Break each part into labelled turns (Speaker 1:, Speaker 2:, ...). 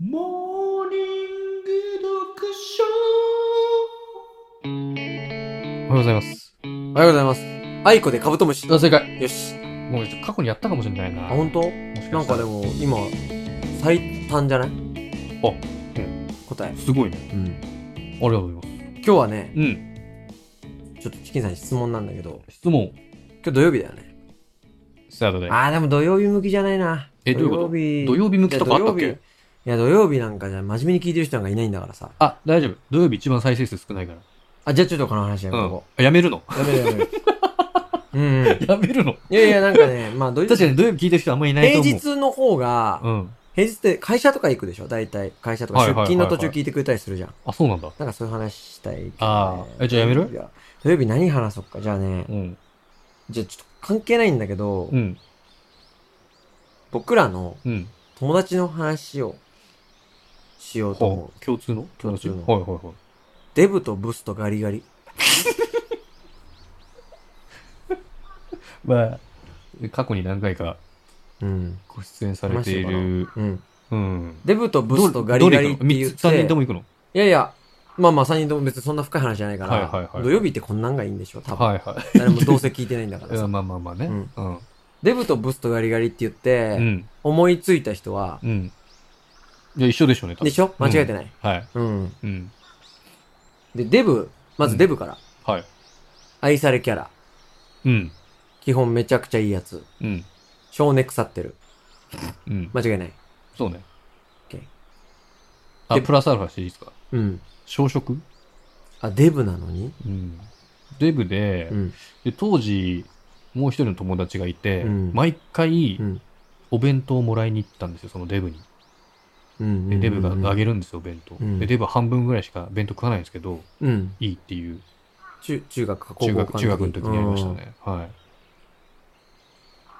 Speaker 1: モーニング読書
Speaker 2: おはようございます。
Speaker 3: おはようございます。アイコでカブトムシ。
Speaker 2: あ、正解。
Speaker 3: よし。
Speaker 2: もう過去にやったかもしれないな。
Speaker 3: あ、本当？
Speaker 2: もし
Speaker 3: なん
Speaker 2: した
Speaker 3: からでも、今、最短じゃない
Speaker 2: あ
Speaker 3: うん。答え。
Speaker 2: すごいね。
Speaker 3: うん。
Speaker 2: ありがとうございます。
Speaker 3: 今日はね、
Speaker 2: うん。
Speaker 3: ちょっとチキンさんに質問なんだけど、
Speaker 2: 質問、
Speaker 3: 今日土曜日だよね。
Speaker 2: スタートで。
Speaker 3: あー、でも土曜日向きじゃないな。
Speaker 2: えどういうこと
Speaker 3: 土曜日。
Speaker 2: 土曜日向きとかあったっ
Speaker 3: いや
Speaker 2: け
Speaker 3: 土曜日なんかじゃ真面目に聞いてる人なんかいないんだからさ。
Speaker 2: あ、大丈夫。土曜日一番再生数少ないか
Speaker 3: あ、じゃあちょっとこの話や
Speaker 2: ら。
Speaker 3: め
Speaker 2: う
Speaker 3: と
Speaker 2: ん
Speaker 3: こ。
Speaker 2: あやめるの
Speaker 3: う。やめろや めろ。うんうん。
Speaker 2: やめるの
Speaker 3: いやいや、なんかね、まあ土
Speaker 2: 確か
Speaker 3: 日、
Speaker 2: に土曜日聞いてる人あんまいないと
Speaker 3: 平
Speaker 2: 思う。
Speaker 3: 日の方が、
Speaker 2: うん。
Speaker 3: 平日って会社とか行くでしょ大体。会社とか
Speaker 2: はい
Speaker 3: 出
Speaker 2: はいはいはい
Speaker 3: 勤の途中聞いてくれたりするじゃん。
Speaker 2: あ、そうなんだ。
Speaker 3: なんかそういう話したいけど、ね。
Speaker 2: あーえじゃあやめる
Speaker 3: いや土曜日何話そっか。じゃあね
Speaker 2: う、ん。
Speaker 3: じゃあちょっと関係ないんだけど、
Speaker 2: うん。
Speaker 3: 僕らの
Speaker 2: うん。
Speaker 3: 友達の話をしようと思
Speaker 2: ほ
Speaker 3: う。
Speaker 2: う。共通の
Speaker 3: 共通の
Speaker 2: はいはいはい。
Speaker 3: デブとブスとガリガリ。
Speaker 2: まあ、過去に何回か
Speaker 3: うん。
Speaker 2: ご出演されている。
Speaker 3: うん。
Speaker 2: うん。
Speaker 3: デブとブ
Speaker 2: ど
Speaker 3: スとガリガリって
Speaker 2: どれ
Speaker 3: 言
Speaker 2: 行くの
Speaker 3: っ
Speaker 2: 三つ三
Speaker 3: て、
Speaker 2: 人とも
Speaker 3: い
Speaker 2: 行くの
Speaker 3: やいや、まあまあ3人とも別にそんな深い話じゃないから、
Speaker 2: はいはいはい
Speaker 3: 土曜日ってこんなんがいいんでしょ多分。
Speaker 2: はいは
Speaker 3: 誰もどうせ聞いてないんだから
Speaker 2: い。う
Speaker 3: さ
Speaker 2: ん。まあまあまあね。
Speaker 3: うん
Speaker 2: うん。
Speaker 3: デブとブスとガリガリって言って、
Speaker 2: うん。
Speaker 3: 思いついた人は、
Speaker 2: うん。じゃあ一緒でしょうね、多分
Speaker 3: でしょ間違えて
Speaker 2: ない。
Speaker 3: ない、
Speaker 2: はい。
Speaker 3: うん。
Speaker 2: うん。
Speaker 3: で、デブ、まずデブから。
Speaker 2: はい。
Speaker 3: 愛されキャラ。
Speaker 2: うん。
Speaker 3: 基本めちゃくちゃいいやつ。
Speaker 2: うん。
Speaker 3: 性根腐ってる。
Speaker 2: うん。
Speaker 3: 間違いない。
Speaker 2: そうね
Speaker 3: OK。
Speaker 2: あ、
Speaker 3: で
Speaker 2: プラスアルファしていいですか
Speaker 3: うん。
Speaker 2: 小食
Speaker 3: あ、デブなのに
Speaker 2: うん。デブで
Speaker 3: う、ん。
Speaker 2: で当時、もう一人の友達がいて、
Speaker 3: うん
Speaker 2: 毎回
Speaker 3: う、ん。
Speaker 2: お弁当をもらいに行ったんですよ、そのデブに。
Speaker 3: うん。
Speaker 2: で、デブがあげ
Speaker 3: る。
Speaker 2: るんですよ、弁当。
Speaker 3: うん
Speaker 2: で、デブは半分ぐらいしか弁当食わないんですけど、
Speaker 3: うん。
Speaker 2: いいっていう、
Speaker 3: 中、中学か高
Speaker 2: 中
Speaker 3: 校
Speaker 2: 学、
Speaker 3: か
Speaker 2: 中学の時にやりました。ね。はい。
Speaker 3: うん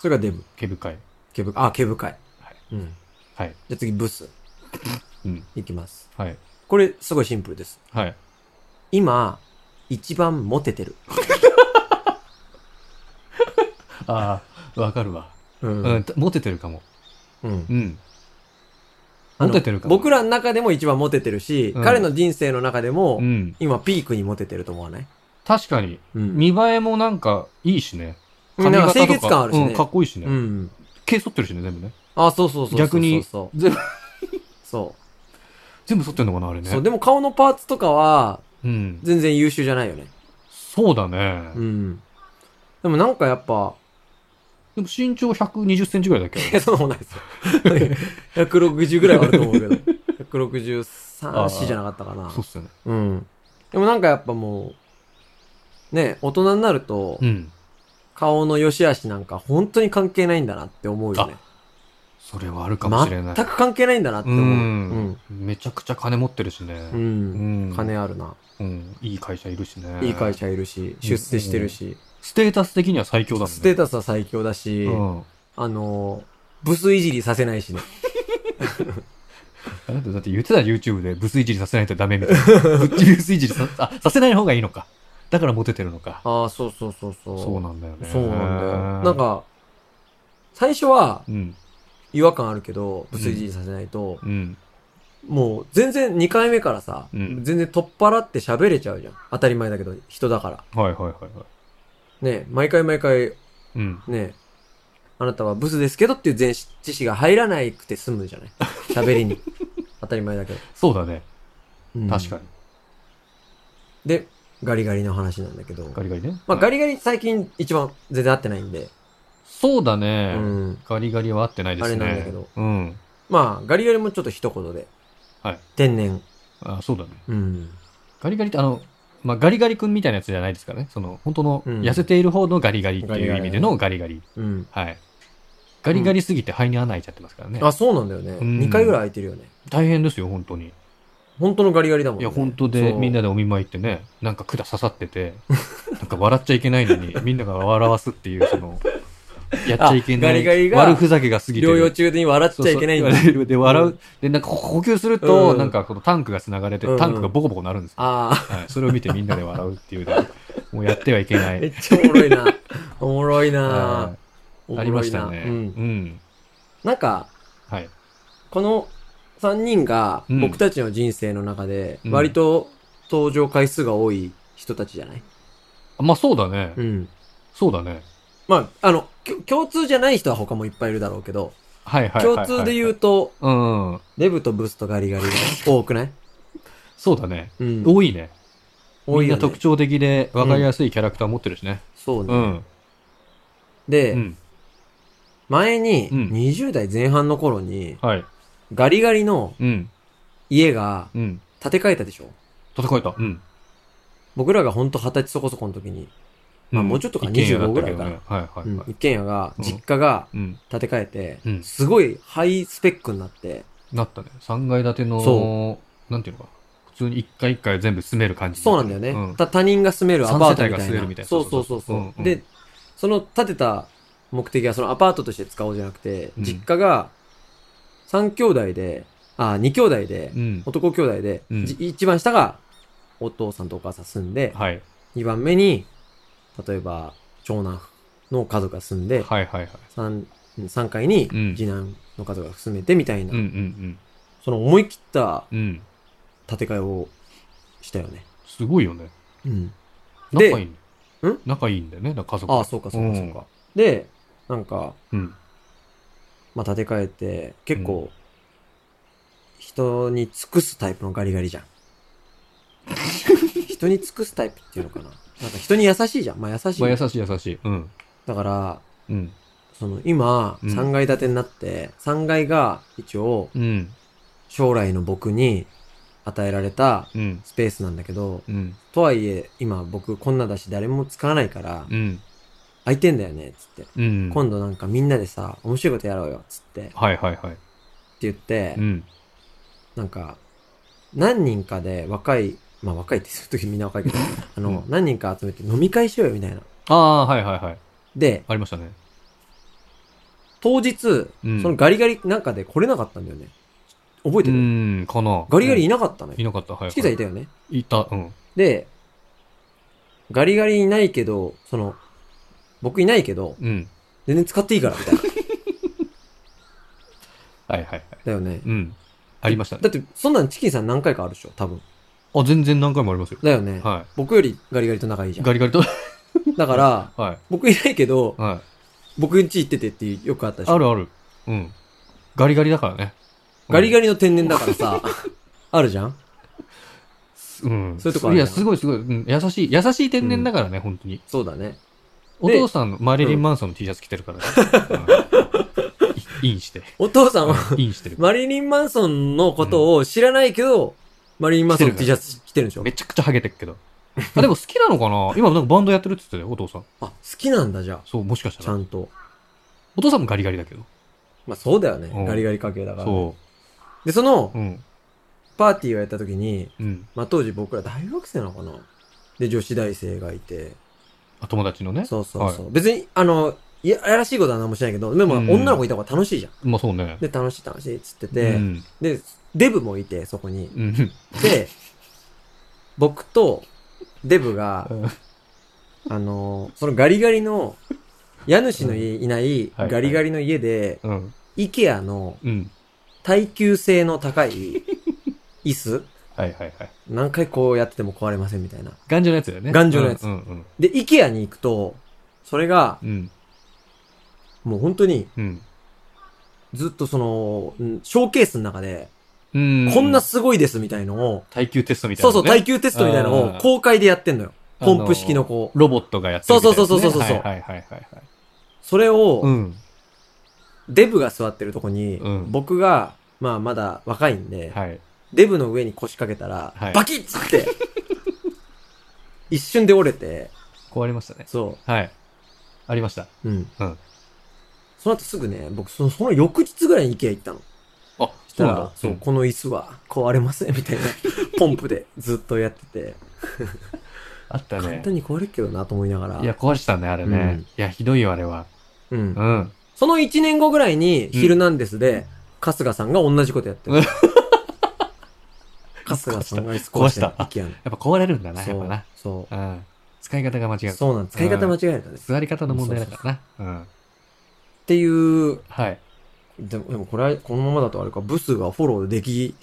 Speaker 3: それがデブ。
Speaker 2: 毛深い。
Speaker 3: 毛深あ、毛深い。
Speaker 2: はい
Speaker 3: うん。
Speaker 2: はい。
Speaker 3: じゃあ次、ブス。
Speaker 2: うん。
Speaker 3: いきます。
Speaker 2: はい。
Speaker 3: これ、すごいシンプルです。
Speaker 2: はい。
Speaker 3: 今、一番モテてる。
Speaker 2: ああ、わかるわ。
Speaker 3: う
Speaker 2: うん、。モテてるかも。
Speaker 3: うん
Speaker 2: う。ん。
Speaker 3: あの
Speaker 2: モテてるかも。
Speaker 3: 僕らの中でも一番モテてるし、
Speaker 2: うん
Speaker 3: 彼の人生の中でも
Speaker 2: う、ん。
Speaker 3: 今ピークにモテてると思わない
Speaker 2: 確かに、
Speaker 3: うん。
Speaker 2: 見栄えもなんかいいしね。
Speaker 3: うんなんか清潔感あるしね
Speaker 2: うん、かっこいいしね。
Speaker 3: うん。
Speaker 2: 毛剃ってるしね、全部ね。
Speaker 3: あ、そうそうそうそう。
Speaker 2: 逆に
Speaker 3: そう
Speaker 2: 全部、
Speaker 3: そう。
Speaker 2: 全部剃ってんのかな、あれね。
Speaker 3: そう、でも顔のパーツとかは、
Speaker 2: うん。
Speaker 3: 全然優秀じゃないよね。
Speaker 2: そうだね。
Speaker 3: うん。でもなんかやっぱ、
Speaker 2: でも身長120センチぐらいだっけ
Speaker 3: いや、そんなことないですよ。160ぐらいはあると思うけど。163、
Speaker 2: あ
Speaker 3: 4じゃなかったかな
Speaker 2: そう。っすよね。
Speaker 3: うん。でもなんかやっぱもう、ね、大人になると
Speaker 2: う、ん。
Speaker 3: 顔の良し悪しなんか本当に関係ないんだなって思うよね。
Speaker 2: それはあるかもしれない。
Speaker 3: 全く関係ないんだなって
Speaker 2: う
Speaker 3: 思う。
Speaker 2: ん。めちゃくちゃ金持ってるしね。う
Speaker 3: う。
Speaker 2: んん。
Speaker 3: 金あるな。
Speaker 2: うん。いい会社いるしね。
Speaker 3: いい会。社いるし、出世してるし、
Speaker 2: ステータス的には最強だもんね。
Speaker 3: ステー
Speaker 2: タ
Speaker 3: タスは最強だし、
Speaker 2: うん。
Speaker 3: あのー、ブスいじりさせないしね。
Speaker 2: あなただって言ってたじゃん YouTube でブスいじりさせないとダメみたい な。ぶっちブスいじりさあさせない方がいいのか。だからモテてるのか。
Speaker 3: ああ、そうそうそうそう。
Speaker 2: そうなんだよね。
Speaker 3: そうなんだよ。なん、か、最初は
Speaker 2: うん、
Speaker 3: 違和感あるけど、ブスいじりさせないと、
Speaker 2: うん、
Speaker 3: もう全然2回目からさ、
Speaker 2: うん
Speaker 3: 全然取っ払って喋れちゃうじゃん。当たり前だけど、人だから。
Speaker 2: はいはいはいはい。
Speaker 3: ね、毎回毎回、
Speaker 2: うん。
Speaker 3: ね、あなたはブスですけどっていう前知識が入らないくて済むじゃない。喋 りに。当たり前だけど。
Speaker 2: そうだね。
Speaker 3: うん
Speaker 2: 確かに。
Speaker 3: で、ガリガリの話なんだけど。
Speaker 2: ガリガリね。
Speaker 3: まあ、
Speaker 2: はい
Speaker 3: ガリガリ最近一番全然合ってないんで、
Speaker 2: そうだ
Speaker 3: う
Speaker 2: ね、
Speaker 3: ん。
Speaker 2: ガリガリは合ってないですね。
Speaker 3: あれなんだけど
Speaker 2: うん。
Speaker 3: まあ、ガリガリもちょっと一言で。
Speaker 2: はい。
Speaker 3: 天然。
Speaker 2: あそうだね。
Speaker 3: うん。
Speaker 2: ガリガリってあの、まあ、ガリガリ君みたいなやつじゃないですからね。その、本当の、
Speaker 3: うん
Speaker 2: 痩せている方のガリガリっていう意味でのガリガリ。
Speaker 3: うん。
Speaker 2: はい。ガリガリすぎて肺に穴開いちゃってますからね。
Speaker 3: あ、そうなんだよね。
Speaker 2: ん
Speaker 3: 2回ぐらい空いてるよね。
Speaker 2: 大変ですよ、本当に。
Speaker 3: 本当のガリガリだもん
Speaker 2: い
Speaker 3: ね。
Speaker 2: や、本当で、
Speaker 3: そう
Speaker 2: みんなでお見舞い行ってね、なんか管刺さってて、 なんか笑っちゃいけないの に、みんなが笑わすっていう、その、やっちゃいけない、
Speaker 3: あガリガリが
Speaker 2: 悪ふざけが過ぎてる。
Speaker 3: 療養中に笑っ
Speaker 2: そう
Speaker 3: ちゃいけないんだ。
Speaker 2: そうで、笑
Speaker 3: う
Speaker 2: う。で、なんかこ呼吸すると、
Speaker 3: うん
Speaker 2: なんかこのタンクが繋がれて、
Speaker 3: うん
Speaker 2: タンクがボコボコなるんです よ。
Speaker 3: あ
Speaker 2: はい、それを見てみんなで笑うっていうね、もうやってはいけな
Speaker 3: あ、 めっ
Speaker 2: い。
Speaker 3: ちゃおもろいな。おもろい
Speaker 2: は
Speaker 3: ないおも
Speaker 2: あ
Speaker 3: ろいな
Speaker 2: りましたね。
Speaker 3: う。
Speaker 2: うんん。
Speaker 3: なんか、
Speaker 2: はい。
Speaker 3: この3人が
Speaker 2: うん
Speaker 3: 僕たちの人生の中で
Speaker 2: うん
Speaker 3: 割と登場回数が多い人たちじゃない、
Speaker 2: まあそうだね。
Speaker 3: うん、
Speaker 2: そうだね。
Speaker 3: まあ、あの、きょ共通じゃない人は他もいっぱいいるだろうけど、
Speaker 2: はいはいはいは
Speaker 3: 共
Speaker 2: い。
Speaker 3: 通で言う。と、
Speaker 2: うん。
Speaker 3: デブとブスとガリガリが多くない
Speaker 2: そうだね。
Speaker 3: うん。
Speaker 2: 多いね。
Speaker 3: 多
Speaker 2: みん
Speaker 3: いよ
Speaker 2: な
Speaker 3: ね
Speaker 2: 特徴的で分かりやすいキャラクター持ってるしね。
Speaker 3: そう
Speaker 2: う
Speaker 3: ね。
Speaker 2: ん。
Speaker 3: で、
Speaker 2: うん。
Speaker 3: 前に、
Speaker 2: うん
Speaker 3: 20代前半の頃に、
Speaker 2: はい。
Speaker 3: ガリガリの
Speaker 2: うん。
Speaker 3: 家が
Speaker 2: うん。
Speaker 3: 建て替えたでしょ
Speaker 2: 戦えた。うん。
Speaker 3: 僕らがほんと二十歳そこそこの時に、まあ
Speaker 2: ん
Speaker 3: もうちょっとか
Speaker 2: 一軒家だったけ
Speaker 3: 25ぐ
Speaker 2: ど
Speaker 3: らい
Speaker 2: ねはいは
Speaker 3: う
Speaker 2: い
Speaker 3: ん
Speaker 2: はい
Speaker 3: 一。軒家が、
Speaker 2: うん
Speaker 3: 実家が
Speaker 2: うん。
Speaker 3: 建て替えて、
Speaker 2: うん
Speaker 3: すごいハイスペックになって、
Speaker 2: なったね。3階建ての
Speaker 3: そ、
Speaker 2: なんていうのか。普通に1階1階全部住める感じ。
Speaker 3: そうなんだよね。
Speaker 2: うん
Speaker 3: た他人が住めるアパート
Speaker 2: 三
Speaker 3: み
Speaker 2: 世帯が
Speaker 3: たい
Speaker 2: 住め
Speaker 3: な。
Speaker 2: るみたいな
Speaker 3: そうそうそうそう、
Speaker 2: うんうん
Speaker 3: で、その建てた目的はそのアパートとして使おうじゃなくて、
Speaker 2: うん
Speaker 3: 実家が3兄弟で、あ、2兄弟で、
Speaker 2: うん。
Speaker 3: 男兄弟で、
Speaker 2: うん
Speaker 3: じ一番下がお父さんとお母さん住んで、
Speaker 2: はい。
Speaker 3: 2番目に、例えば長男の家族が住んで、
Speaker 2: はいはいはい。
Speaker 3: 三3階に
Speaker 2: うん
Speaker 3: 次男の家族が住めてみたいな、
Speaker 2: うんうん
Speaker 3: その思い切った
Speaker 2: うん。うん。
Speaker 3: 建て替えをしたよね。
Speaker 2: すごいよね。
Speaker 3: うん。
Speaker 2: 仲
Speaker 3: で
Speaker 2: いいんだよ。仲いいんだよね、家族。
Speaker 3: ああ、そうかそうかそうか。で、なんか、
Speaker 2: うん。
Speaker 3: まあ、建て替えて、結構、人に尽くすタイプのガリガリじゃん。 人に尽くすタイプっていうのかな。なんか人に優しいじゃん。まあ優しい。
Speaker 2: まあ優しい優しい。うん。
Speaker 3: だから、
Speaker 2: うん。
Speaker 3: その今、
Speaker 2: うん
Speaker 3: 3階建てになって、3階が一応、
Speaker 2: うん。
Speaker 3: 将来の僕に与えられた
Speaker 2: うん。
Speaker 3: スペースなんだけど、
Speaker 2: うん。
Speaker 3: とはいえ、今僕こんなだし誰も使わないから、
Speaker 2: うん。
Speaker 3: 空いてんだよね、つって。
Speaker 2: うん。
Speaker 3: 今度なんかみんなでさ、面白いことやろうよ、つって。って
Speaker 2: はいはいはい。
Speaker 3: 言って、
Speaker 2: うん。
Speaker 3: なんか、何人かで若い、まあ若いってするときみんな若い けど、あの、
Speaker 2: う
Speaker 3: 何人か集めて飲み会しようよみたいな。
Speaker 2: ああ、はいはいはい。
Speaker 3: で、
Speaker 2: ありましたね。
Speaker 3: 当日、
Speaker 2: うん
Speaker 3: そのガリガリなんかで来れなかったんだよね。覚え
Speaker 2: う
Speaker 3: てる、
Speaker 2: ん、かな。
Speaker 3: ガリガリい
Speaker 2: な
Speaker 3: なかったのよ。
Speaker 2: いなかった。はいはい。
Speaker 3: チキさんいたよね。
Speaker 2: いた。うん。
Speaker 3: で、ガリガリいないけど、その、僕いないけど、
Speaker 2: うん。
Speaker 3: 全然使っていいから、みたいな。
Speaker 2: はいはいはい。
Speaker 3: だよね。
Speaker 2: うん。ありましたね。
Speaker 3: だって、そんなんチキンさん何回かあるでしょ、多分。
Speaker 2: あ、全然何回もありますよ。
Speaker 3: だよね。
Speaker 2: は
Speaker 3: 僕よりガリガリと仲いい
Speaker 2: い。
Speaker 3: じゃん。
Speaker 2: ガリガリと。
Speaker 3: だから、
Speaker 2: はい。
Speaker 3: 僕いないけど、
Speaker 2: は
Speaker 3: 僕んち行っててっていうよくあった
Speaker 2: い。
Speaker 3: でしょ。
Speaker 2: あるある。うん。ガリガリだからね。
Speaker 3: ガリガ
Speaker 2: リ。
Speaker 3: リの天然だか らさ、あるじゃん
Speaker 2: うん。
Speaker 3: そういうとこあ
Speaker 2: い
Speaker 3: るじ
Speaker 2: や、
Speaker 3: ゃん
Speaker 2: すごいすごい。うん優しい。優しい天然だからね、本当に。
Speaker 3: そうだね。
Speaker 2: お父さんのマリリン・マンソンの T シャツ着てる からね。うんインして。
Speaker 3: お父さんは、
Speaker 2: インしてる。
Speaker 3: マリリン・マンソンのことを知らないけど、マリリン・マンソンの
Speaker 2: 着
Speaker 3: T
Speaker 2: て
Speaker 3: シ
Speaker 2: る
Speaker 3: ャツ着てるんでしょ
Speaker 2: めちゃくちゃハゲてるけど。あ、でも好きなのかな今なんかバンドやってるって言ってたよ、お父さん。
Speaker 3: あ、好きなんだ、じゃあ。
Speaker 2: そう、もしかし
Speaker 3: ち
Speaker 2: た
Speaker 3: ゃ
Speaker 2: ら。
Speaker 3: んと。
Speaker 2: お父さんもガリガリだけど。
Speaker 3: まあそうだよね
Speaker 2: う。ん
Speaker 3: ガリガリ家系だから。
Speaker 2: そ
Speaker 3: で、その
Speaker 2: う。、うん。
Speaker 3: パーティーをやった時に、
Speaker 2: うん。
Speaker 3: まあ当時僕ら大学生なのかなで、女子大生がいて、
Speaker 2: あ友達のね。
Speaker 3: そうそうそう。別に、あの、いややらしいことは何もしないけど、でも
Speaker 2: うん
Speaker 3: 女の子いた方が楽しいじゃん。
Speaker 2: まあそうね。
Speaker 3: で、楽しい楽しいっつって
Speaker 2: う
Speaker 3: て、
Speaker 2: ん。
Speaker 3: で、デブもいて、そこに。
Speaker 2: うん。
Speaker 3: で、僕とデブが
Speaker 2: うん、
Speaker 3: あのーそのガリガリの、家主の家いない
Speaker 2: はいはい
Speaker 3: ガリガリの家で、
Speaker 2: うん。
Speaker 3: IKEA の
Speaker 2: うん。
Speaker 3: 耐久性の高い椅子、
Speaker 2: はいはいはい。
Speaker 3: 何回こうやってても壊れませんみたいな。
Speaker 2: 頑丈なやつだよね。
Speaker 3: 頑丈なやつ
Speaker 2: うんうん
Speaker 3: で、IKEA に行くと、それが
Speaker 2: うん。うん。
Speaker 3: もう本当に
Speaker 2: うん。
Speaker 3: ずっとその、うんショーケースの中で、
Speaker 2: うん。
Speaker 3: こんなすごいですみたいのを、
Speaker 2: 耐久テストみたい
Speaker 3: そ
Speaker 2: な、
Speaker 3: う
Speaker 2: ね。
Speaker 3: そう、耐久テストみたいなの
Speaker 2: あ
Speaker 3: を
Speaker 2: ー
Speaker 3: 公開でやってんのよ。
Speaker 2: あの
Speaker 3: ポンプ式のこう。
Speaker 2: ロボットがやってるみたいなやつね
Speaker 3: そうそうそうそうそう
Speaker 2: はいはいはいはいはい。
Speaker 3: それを、
Speaker 2: うん。
Speaker 3: デブが座ってるとこに、
Speaker 2: うん
Speaker 3: 僕が、まあまだ若いんで、
Speaker 2: はい。
Speaker 3: デブの上に腰掛けたら、
Speaker 2: はい
Speaker 3: バキッ つって、一瞬で折れて、
Speaker 2: 壊れましたね。
Speaker 3: そ
Speaker 2: はい。ありました。
Speaker 3: う。うん。
Speaker 2: うん
Speaker 3: その後すぐね、僕その、その翌日ぐらいに IKEA 行ったの。
Speaker 2: あ、
Speaker 3: し
Speaker 2: そ
Speaker 3: た
Speaker 2: う
Speaker 3: ら
Speaker 2: なんだ。
Speaker 3: そう、この椅子は壊れません、みた いな、ポンプでずっとやってて、
Speaker 2: あった
Speaker 3: 簡
Speaker 2: ね。
Speaker 3: 単に壊れるけどなと思いながら。
Speaker 2: いや、壊したね、あれね。
Speaker 3: うん
Speaker 2: いや、ひどいよ、あれは。
Speaker 3: う。
Speaker 2: うんん。
Speaker 3: その1年後ぐらいに、ヒルナンデスで、春日さんが同じことやって る。春日さんが椅子壊した。
Speaker 2: 壊した
Speaker 3: IKEA の。
Speaker 2: やっぱ壊れるんだな、
Speaker 3: そ
Speaker 2: やっぱ
Speaker 3: う
Speaker 2: な。。
Speaker 3: そ
Speaker 2: うん。使い方が間違
Speaker 3: う。
Speaker 2: う。
Speaker 3: そうなんです。使い方間違えたんです。
Speaker 2: 座り方の問題だからな。うん。
Speaker 3: っていう
Speaker 2: はい。
Speaker 3: でも、でもこれは、このままだとあれか、ブスがフォローでき、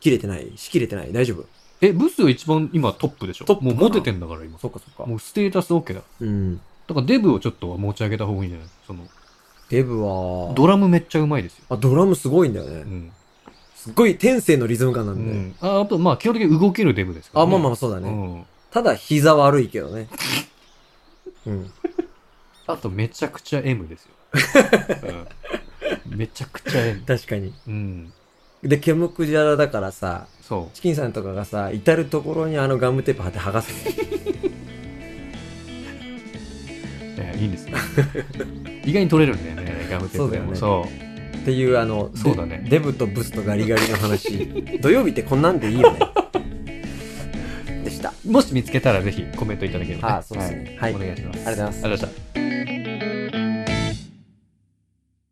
Speaker 3: きれてない、しきれてない、大丈夫。
Speaker 2: え、ブスは一番今トップでしょ
Speaker 3: トップか
Speaker 2: も
Speaker 3: な
Speaker 2: うモテてんだから今。
Speaker 3: そっかそっか。
Speaker 2: もうステータス OK だ。
Speaker 3: うん。
Speaker 2: だからデブをちょっとは持ち上げた方がいいんじゃないその、
Speaker 3: デブは、
Speaker 2: ドラムめっちゃうまいですよ。
Speaker 3: あ、ドラムすごいんだよ
Speaker 2: う
Speaker 3: ね。
Speaker 2: ん。
Speaker 3: すっごい天性のリズム感な
Speaker 2: うん
Speaker 3: で。
Speaker 2: ん。ああと、まあ基本的に動けるデブですから、
Speaker 3: あ、まあまあ、そうだね。
Speaker 2: うん。
Speaker 3: ただ、膝悪いけ どね。うん。
Speaker 2: あとめちゃくちゃ M ですよ。うん、めちゃくちゃ M。
Speaker 3: 確かに。
Speaker 2: うん。
Speaker 3: で、ケムクジャラだからさ、
Speaker 2: そ
Speaker 3: チキンさんとかがさ、至るところにあのガムテープ貼って剥がす。
Speaker 2: う。えーいいんですよ。意外に取れるんだよね、ガムテープでも。
Speaker 3: そ
Speaker 2: そう,、
Speaker 3: っていう、あの、で
Speaker 2: そうだね
Speaker 3: デブとブスとガリガリの話。 土曜日ってこんなんでいいよね。でした。
Speaker 2: もし見つけたらぜひコメントいただければ、ね。
Speaker 3: あそうですねはい
Speaker 2: お願いします。
Speaker 3: ありがとうございます
Speaker 2: ありがとうございました。